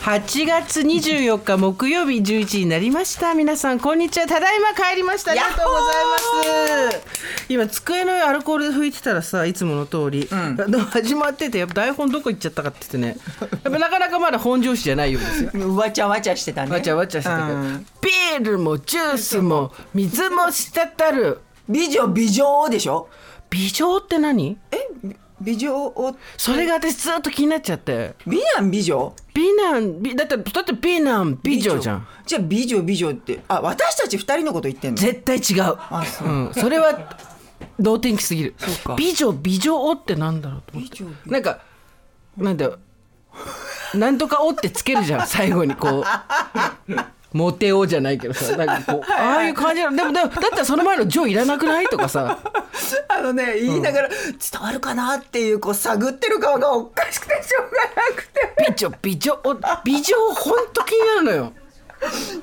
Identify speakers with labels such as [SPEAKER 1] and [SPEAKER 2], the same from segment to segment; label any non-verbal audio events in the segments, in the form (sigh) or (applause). [SPEAKER 1] 8月24日木曜日11時になりました皆さんこんにちはただいま帰りましたありがとうございます今机の上アルコール拭いてたらさいつもの通り、でも始まっててやっぱ台本どこ行っちゃったかって言ってねやっぱなかなかまだ本調子じゃないようですよ
[SPEAKER 2] わちゃわちゃしてたね
[SPEAKER 1] わちゃわちゃしてたけど、
[SPEAKER 2] うん
[SPEAKER 1] ビールもジュースも水も滴る
[SPEAKER 2] 美女美女でしょ
[SPEAKER 1] 美女って何
[SPEAKER 2] え美女を
[SPEAKER 1] それが私ずっと気になっちゃって
[SPEAKER 2] 美男美女
[SPEAKER 1] 美男美だってだって美男美女じゃん
[SPEAKER 2] じゃあ美女美女ってあ私たち二人のこと言
[SPEAKER 1] (laughs)
[SPEAKER 2] ってんの
[SPEAKER 1] 絶対違う
[SPEAKER 2] あそう
[SPEAKER 1] うん、それは同天気すぎる
[SPEAKER 2] そうか
[SPEAKER 1] 美女美女おってなんだろうと思って
[SPEAKER 2] 美女美
[SPEAKER 1] なんかなんだよなんとかおってつけるじ
[SPEAKER 2] (laughs)
[SPEAKER 1] ゃん最後にこうモテおじゃないけどさなんかこうああいう感じなのでもでもだったらその前の「女いらなくない?」とかさ
[SPEAKER 2] あのね言いながら、伝わるかなっていうこう探ってる顔がおかしくてしょうがなくて
[SPEAKER 1] 美女美女お美女ほんと気になるのよ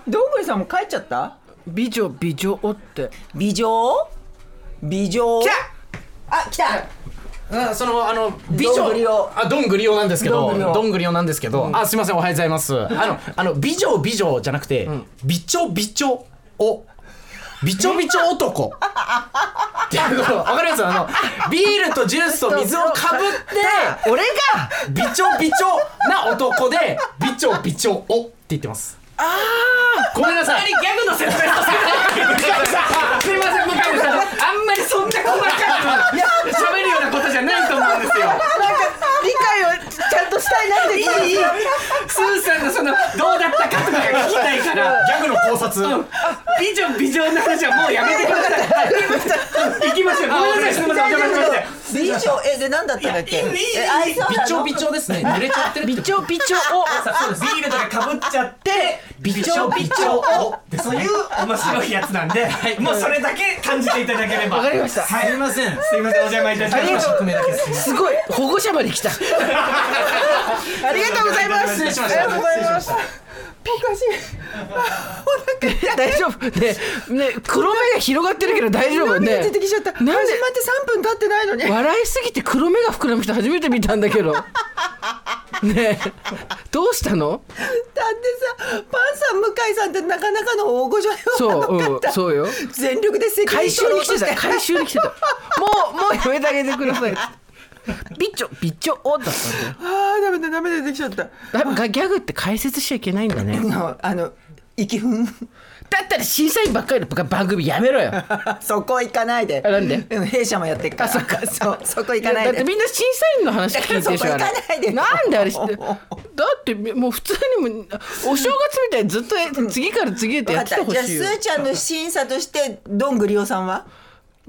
[SPEAKER 2] どんぐりさんも帰っちゃった
[SPEAKER 1] 美女美女おって
[SPEAKER 2] 美女美女あ来た
[SPEAKER 3] あそのあの美
[SPEAKER 2] どんぐりを
[SPEAKER 3] 女あどんぐりをなんですけ
[SPEAKER 2] どん
[SPEAKER 3] ど
[SPEAKER 2] ぐりを
[SPEAKER 3] どんぐりをなんですけど、あすいませんおはようございますあのあの美女美女じゃなくて、美女美女を美女美女男っていうの分かりますあのビールとジュースと水をか
[SPEAKER 2] (laughs)
[SPEAKER 3] ぶって
[SPEAKER 1] 俺が
[SPEAKER 3] 美女美女な男で美女美女をって言ってますあごめんなさいギャグの説明させてすいません向井さんあんまりそんな細かく喋るようなことじゃないと思うんですよ
[SPEAKER 1] 理解をちゃんとしたいなっていい
[SPEAKER 3] スーさんのそのどうだったかとかが聞きたいからギャグの考察、うん、美女美女の話はもうやめてください行きましょうごめんなさいすみませんお邪魔しました
[SPEAKER 2] 美女えで何だったんだっけ
[SPEAKER 3] いいいいいい
[SPEAKER 2] えあそう
[SPEAKER 3] 美
[SPEAKER 2] なの
[SPEAKER 3] 女美女ですね濡れちゃってるって
[SPEAKER 1] 美
[SPEAKER 3] こと
[SPEAKER 1] 女美女お
[SPEAKER 3] (laughs) さそうですビールとかかぶっちゃってびちょびちょをそういう面白いやつなんで、もうそれだけ感じていただければ
[SPEAKER 1] わかりました
[SPEAKER 3] はい、すいませんすいませんお邪魔いたしま
[SPEAKER 1] りが
[SPEAKER 3] し
[SPEAKER 1] とう
[SPEAKER 3] た匿名だけです
[SPEAKER 1] すごい保護者まで来た。ありがとうございます。
[SPEAKER 3] 失礼しまし
[SPEAKER 1] あ
[SPEAKER 3] た
[SPEAKER 1] りがとうございます。おかしい。大丈夫ねね黒目が広がってるけど大丈夫ね。
[SPEAKER 2] 出てきちゃった始まっ
[SPEAKER 1] なん
[SPEAKER 2] て
[SPEAKER 1] で
[SPEAKER 2] 3分経ってないのに
[SPEAKER 1] 笑いすぎて黒目が膨らむ人初めて見たんだけど。ねえどうしたの？
[SPEAKER 2] だってさパンさん向井さんってなかなかの大御所よ
[SPEAKER 1] そう、うん、そうよ。
[SPEAKER 2] 全力で責任
[SPEAKER 1] 回収
[SPEAKER 2] 取ろ
[SPEAKER 1] に
[SPEAKER 2] う
[SPEAKER 1] 来
[SPEAKER 2] と
[SPEAKER 1] て
[SPEAKER 2] して
[SPEAKER 1] (laughs) た回収に来てた。もうもうやめてあげてください。ビチョビチョお (laughs) だったんだよ
[SPEAKER 2] あーダメだダメだ出てきちゃった
[SPEAKER 1] だから。ギャグって解説しちゃいけないんだね。
[SPEAKER 2] のあの息ふん
[SPEAKER 1] だったら審査員ばっかりの番組やめろよ。
[SPEAKER 2] (laughs) そこ行かないで
[SPEAKER 1] あなんで
[SPEAKER 2] うん弊社もやってっから
[SPEAKER 1] あそっか
[SPEAKER 2] そうそこ行かな
[SPEAKER 1] だ
[SPEAKER 2] い
[SPEAKER 1] って
[SPEAKER 2] で
[SPEAKER 1] みんな審査員の話聞いてるでしょあれ
[SPEAKER 2] そこ行かないで
[SPEAKER 1] なんであれ知って
[SPEAKER 2] (laughs)
[SPEAKER 1] だってもう普通にもお正月みたいにずっと次から次へとや
[SPEAKER 2] わ
[SPEAKER 1] って
[SPEAKER 2] か
[SPEAKER 1] て
[SPEAKER 2] っ
[SPEAKER 1] ほ
[SPEAKER 2] たじゃあ
[SPEAKER 1] し
[SPEAKER 2] す
[SPEAKER 1] いよ
[SPEAKER 2] ーちゃんの審査としてどんぐりおさんは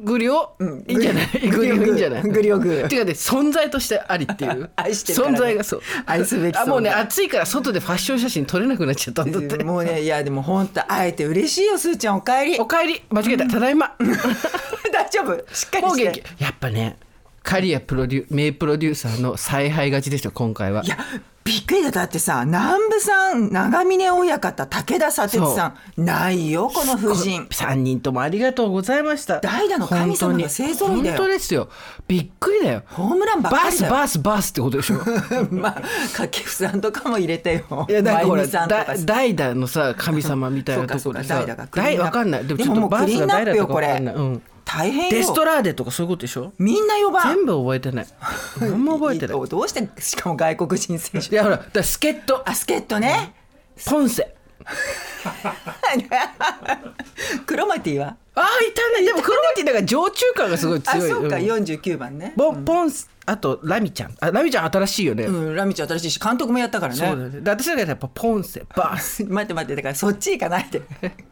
[SPEAKER 1] グリオ、
[SPEAKER 2] ん
[SPEAKER 1] いいんじゃない
[SPEAKER 2] グ
[SPEAKER 1] グ
[SPEAKER 2] リ
[SPEAKER 1] リ
[SPEAKER 2] オ
[SPEAKER 1] オいいんじゃない
[SPEAKER 2] グリオグー
[SPEAKER 1] てかね存在としてありっていう
[SPEAKER 2] (laughs) 愛してるからね
[SPEAKER 1] 存在がそう
[SPEAKER 2] 愛すべき存在
[SPEAKER 1] あもうね暑いから外でファッション写真撮れなくなっちゃったんだって
[SPEAKER 2] もうねいやでも本当会えて嬉しいよすーちゃんおかえり
[SPEAKER 1] おかえり間違えたただいま
[SPEAKER 2] (laughs) 大丈夫しっかり
[SPEAKER 1] もう
[SPEAKER 2] して
[SPEAKER 1] 元気やっぱね刈谷プロデュ名プロデューサーの采配勝ちでした今回はい
[SPEAKER 2] やびっくりだだってさ南部さん長峰親方武田砂鉄さんないよこの夫人
[SPEAKER 1] 三人ともありがとうございました
[SPEAKER 2] 代打の神様が勢ぞろ
[SPEAKER 1] 本当
[SPEAKER 2] いだよ
[SPEAKER 1] に本当ですよびっくりだよ
[SPEAKER 2] ホームランばっか
[SPEAKER 1] バ
[SPEAKER 2] り
[SPEAKER 1] ス
[SPEAKER 2] だよ
[SPEAKER 1] バスバスってことで
[SPEAKER 2] (laughs)
[SPEAKER 1] しょ
[SPEAKER 2] まあ掛布さんとかも入れてよ
[SPEAKER 1] いやだからほ
[SPEAKER 2] 真由
[SPEAKER 1] ら
[SPEAKER 2] 美さんとか
[SPEAKER 1] だ代打のさ神様みたい
[SPEAKER 2] そう
[SPEAKER 1] な
[SPEAKER 2] か
[SPEAKER 1] と
[SPEAKER 2] そ
[SPEAKER 1] こ
[SPEAKER 2] う
[SPEAKER 1] ろ
[SPEAKER 2] か
[SPEAKER 1] でさ
[SPEAKER 2] 代打がクリー
[SPEAKER 1] 代
[SPEAKER 2] ンナップ
[SPEAKER 1] わかんないでもちょ
[SPEAKER 2] で
[SPEAKER 1] っ
[SPEAKER 2] もも
[SPEAKER 1] と
[SPEAKER 2] うク
[SPEAKER 1] バス
[SPEAKER 2] リー
[SPEAKER 1] が
[SPEAKER 2] ンナッ
[SPEAKER 1] 代
[SPEAKER 2] プ
[SPEAKER 1] 打
[SPEAKER 2] よ
[SPEAKER 1] とか
[SPEAKER 2] こ
[SPEAKER 1] わ
[SPEAKER 2] れ
[SPEAKER 1] かんない、うん、
[SPEAKER 2] 大変よ
[SPEAKER 1] デストラーデとかそういうことでしょ
[SPEAKER 2] みんな呼ば
[SPEAKER 1] 全部覚えてない何も覚えてな
[SPEAKER 2] (laughs)
[SPEAKER 1] い
[SPEAKER 2] どどうしてしかも外国人選
[SPEAKER 1] い
[SPEAKER 2] 手
[SPEAKER 1] やほらだから助っ人
[SPEAKER 2] あ助っ人ね
[SPEAKER 1] ポンセ
[SPEAKER 2] クロマティは
[SPEAKER 1] ああいたねでもクロマティだから常駐感がすごい
[SPEAKER 2] あ
[SPEAKER 1] 強い
[SPEAKER 2] そうか
[SPEAKER 1] うん
[SPEAKER 2] 49番ね
[SPEAKER 1] ボンポンスあとラミちゃんあラミちゃん新しいよね、
[SPEAKER 2] うんラミちゃん新しいし監督もやったから
[SPEAKER 1] そうだ
[SPEAKER 2] ね
[SPEAKER 1] ねで私だからやっぱポンセバース
[SPEAKER 2] (laughs) 待って待ってだからそっち行かない
[SPEAKER 1] (laughs)
[SPEAKER 2] で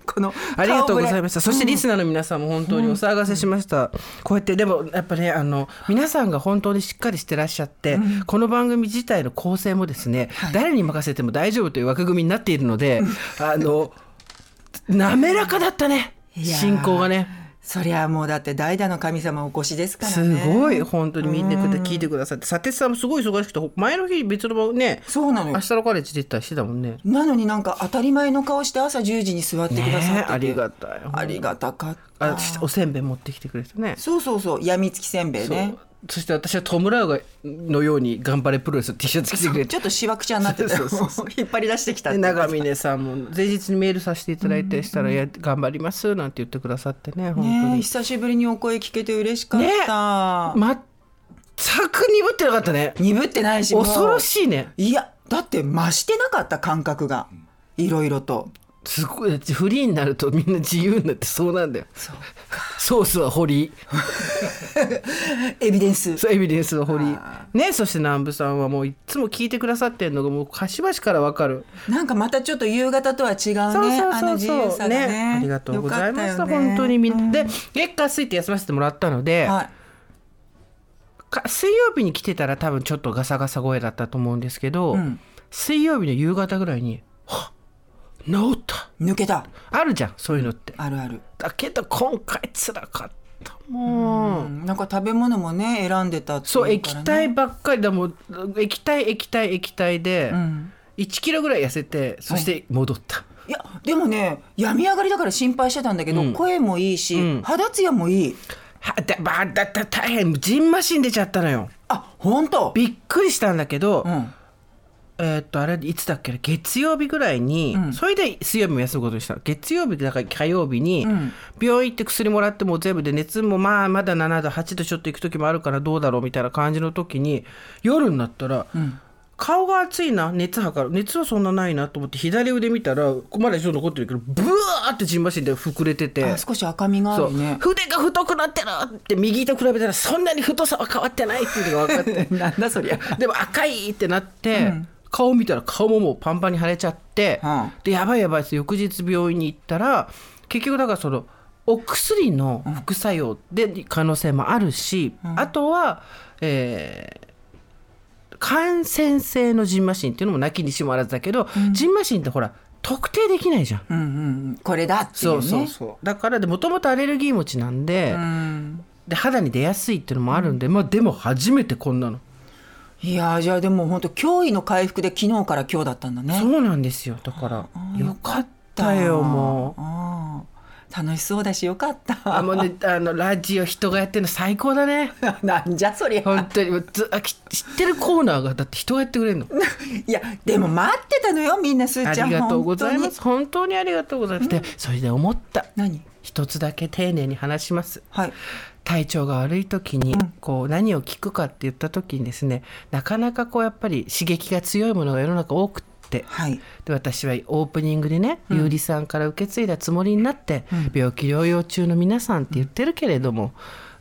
[SPEAKER 2] この
[SPEAKER 1] ありがとうございま
[SPEAKER 2] し
[SPEAKER 1] した。そしてリスナーの皆さんも本当にお騒がせしました。こうやってでもやっぱねあの皆さんが本当にしっかりしてらっしゃって、この番組自体の構成もですね、誰に任せても大丈夫という枠組みになっているので、あの滑らかだったね
[SPEAKER 2] いやー
[SPEAKER 1] 進行がね。
[SPEAKER 2] そりゃもうだって代打の神様お越しですから
[SPEAKER 1] す
[SPEAKER 2] ね
[SPEAKER 1] ごい
[SPEAKER 2] い
[SPEAKER 1] 本当に見てくれて聞いてくださって砂鉄さんもすごい忙しくて前の日別の番組ね
[SPEAKER 2] そうなのよ
[SPEAKER 1] 明日のカレッジ出てたりしてたもんね。
[SPEAKER 2] なのになんか当たり前の顔して朝10時に座ってくださってて、
[SPEAKER 1] ねえありがたい
[SPEAKER 2] ありがたかった
[SPEAKER 1] あおせんべい持ってきてくれてね。
[SPEAKER 2] そうそうそうやみつきせんべいね
[SPEAKER 1] そうそして私はトム・ラウがのように頑張れプロレスの T シャツ着てくれて
[SPEAKER 2] ちょっとしわくちゃになってた
[SPEAKER 1] そうそうそ
[SPEAKER 2] (laughs) 引っ張り出してきたっ
[SPEAKER 1] で
[SPEAKER 2] て
[SPEAKER 1] 長峰さんも前日にメールさせていただいてしたら「いや頑張ります」なんて言ってくださってね本当
[SPEAKER 2] ねえ
[SPEAKER 1] に
[SPEAKER 2] 久しぶりにお声聞けて嬉しかった、
[SPEAKER 1] 全く鈍ってなかったね
[SPEAKER 2] 鈍ってないしもう
[SPEAKER 1] 恐ろしいね
[SPEAKER 2] いやだって増してなかった感覚がいろいろと
[SPEAKER 1] すごいフリーになるとみんな自由になってそうなんだよソースは堀井
[SPEAKER 2] エビデンス
[SPEAKER 1] そうエビデンスの堀井ねそして南部さんはもういっつも聞いてくださってんのがもう端々からわかる
[SPEAKER 2] なんかまたちょっと夕方とは違うね
[SPEAKER 1] そうそう
[SPEAKER 2] あ
[SPEAKER 1] そ
[SPEAKER 2] の
[SPEAKER 1] う
[SPEAKER 2] 自
[SPEAKER 1] そう
[SPEAKER 2] 由さがね
[SPEAKER 1] ありがとうございまし
[SPEAKER 2] よ
[SPEAKER 1] た
[SPEAKER 2] かったよね
[SPEAKER 1] 本当にみん
[SPEAKER 2] うん
[SPEAKER 1] なで月火水って休ませてもらったので、
[SPEAKER 2] はい
[SPEAKER 1] か水曜日に来てたら多分ちょっとガサガサ声だったと思うんですけど、
[SPEAKER 2] ん
[SPEAKER 1] 水曜日の夕方ぐらいに「はっ治った
[SPEAKER 2] 抜けた」
[SPEAKER 1] あるじゃんそういうのって。
[SPEAKER 2] あるある、
[SPEAKER 1] だけど今回つらかったもう、
[SPEAKER 2] うんなんか食べ物もね選んでたってい
[SPEAKER 1] そうう液
[SPEAKER 2] からね
[SPEAKER 1] 体ばっかりだもん液体液体液体で
[SPEAKER 2] ん
[SPEAKER 1] 1キロぐらい痩せてそして戻った、
[SPEAKER 2] いやでもね病み上がりだから心配してたんだけど、声もいいし、
[SPEAKER 1] うん
[SPEAKER 2] 肌ツヤもいい
[SPEAKER 1] はだばだだ大変ジンマシン出ちゃったのよ
[SPEAKER 2] あ本当
[SPEAKER 1] びっくりしたんだけど、
[SPEAKER 2] うん
[SPEAKER 1] えーっとあれいつだっけな月曜日ぐらいに、
[SPEAKER 2] うん
[SPEAKER 1] それで水曜日も休むことにしたの月曜日だから火曜日に、
[SPEAKER 2] うん
[SPEAKER 1] 病院行って薬もらってもう全部で熱もまあまだ7度8度ちょっと行く時もあるからどうだろうみたいな感じの時に夜になったら、顔が熱いな熱測る熱はそんなないなと思って左腕見たらここまでちょっと残ってるけどブワーってじんましんで膨れてて。
[SPEAKER 2] あ少し赤みがあ
[SPEAKER 1] そう
[SPEAKER 2] るね
[SPEAKER 1] 筆が太くなってるって右と比べたらそんなに太さは変わってないっていうのが分かって
[SPEAKER 2] (laughs) なんだそりゃ
[SPEAKER 1] でも赤いってなって、顔見たら顔ももうパンパンに腫れちゃって、
[SPEAKER 2] うん
[SPEAKER 1] でやばいやばいって翌日病院に行ったら結局だからそのお薬の副作用で可能性もあるし、あとは、えー感染性のジンマシンっていうのもなきにしもあらずだけど、ジンマシンってほら特定できないじゃん。
[SPEAKER 2] うんうんうんこれだっていう
[SPEAKER 1] そうそ
[SPEAKER 2] ね
[SPEAKER 1] うそうだからでもともとアレルギー持ちなんで,、
[SPEAKER 2] うん
[SPEAKER 1] で肌に出やすいっていうのもあるんで、まあ、でも初めてこんなの
[SPEAKER 2] いやーじゃあでも本当驚異の回復で昨日から今日だったんだね
[SPEAKER 1] そうなんですよだからよかったよもう
[SPEAKER 2] あー楽しそうだしよかっ
[SPEAKER 1] あ
[SPEAKER 2] た
[SPEAKER 1] もう (laughs) ねあのラジオ人がやってるの最高だね
[SPEAKER 2] (laughs) なんじゃそりゃ
[SPEAKER 1] 本当にもうずあき知ってるコーナーがだって人がやってくれるの (laughs)
[SPEAKER 2] いやでも待ってたのよみんなす
[SPEAKER 1] あ
[SPEAKER 2] ーちゃん
[SPEAKER 1] りがとうございま
[SPEAKER 2] 本
[SPEAKER 1] す本当にありがとうござい (laughs) ます、でそれで思った
[SPEAKER 2] 当に何
[SPEAKER 1] 一つだけ丁寧に話します
[SPEAKER 2] はい
[SPEAKER 1] 体調が悪い時にこう何を聞くかって言った時にですねなかなかこうやっぱり刺激が強いものが世の中多くって
[SPEAKER 2] はい
[SPEAKER 1] で私はオープニングでね、ゆうりさんから受け継いだつもりになって、病気療養中の皆さんって言ってるけれども、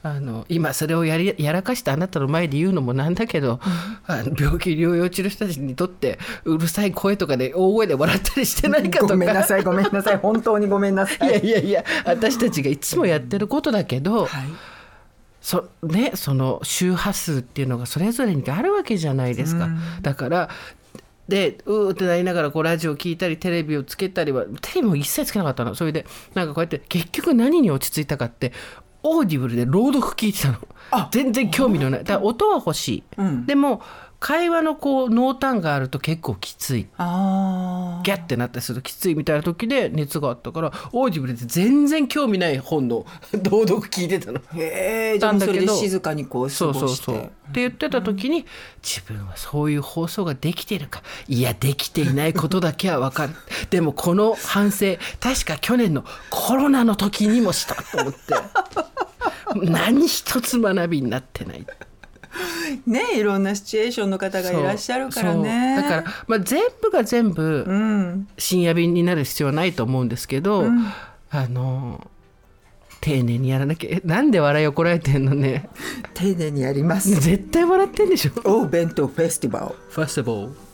[SPEAKER 1] あの今それをやりやらかしたあなたの前で言うのもなんだけど、あの病気療養中の人たちにとってうるさい声とかで大声で笑ったりしてないかとか。
[SPEAKER 2] ごめんなさいごめんなさい本当にごめんなさ
[SPEAKER 1] い
[SPEAKER 2] い
[SPEAKER 1] やいやいや私たちがいつもやってることだけど、
[SPEAKER 2] はい
[SPEAKER 1] そね、その周波数っていうのがそれぞれにあるわけじゃないですか、だからでうーってなりながらこうラジオ聞いたりテレビをつけたりはテレビも一切つけなかったのそれでなんかこうやって結局何に落ち着いたかってオーディブルで朗読聞いてたの
[SPEAKER 2] あ
[SPEAKER 1] 全然興味のないだから音は欲しい、
[SPEAKER 2] うん
[SPEAKER 1] でも会話のこう濃淡があると結構きつい
[SPEAKER 2] あ
[SPEAKER 1] ギャッてなったりするときついみたいな時で熱があったからオーディブルで全然興味ない本の (laughs) 朗読聞いてたの。
[SPEAKER 2] ーへえじゃあもうそれで静かにこう過
[SPEAKER 1] そう
[SPEAKER 2] ごして
[SPEAKER 1] そうそうって言ってた時に、自分はそういう放送ができてるかいやできていないことだけは分かる (laughs) でもこの反省確か去年のコロナの時にもしたと思って (laughs) 何一つ学びになってない
[SPEAKER 2] ねいろんなシチュエーションの方がいらっしゃるからね
[SPEAKER 1] そうだから、まあ、全部が全部、
[SPEAKER 2] うん
[SPEAKER 1] 深夜便になる必要はないと思うんですけど、あの丁寧にやらなきゃえなんで笑いをこらえてんのね
[SPEAKER 2] (laughs) 丁寧にやります
[SPEAKER 1] 絶対笑ってんでしょ
[SPEAKER 2] (laughs) お弁当フェスティバル
[SPEAKER 1] ファスティバル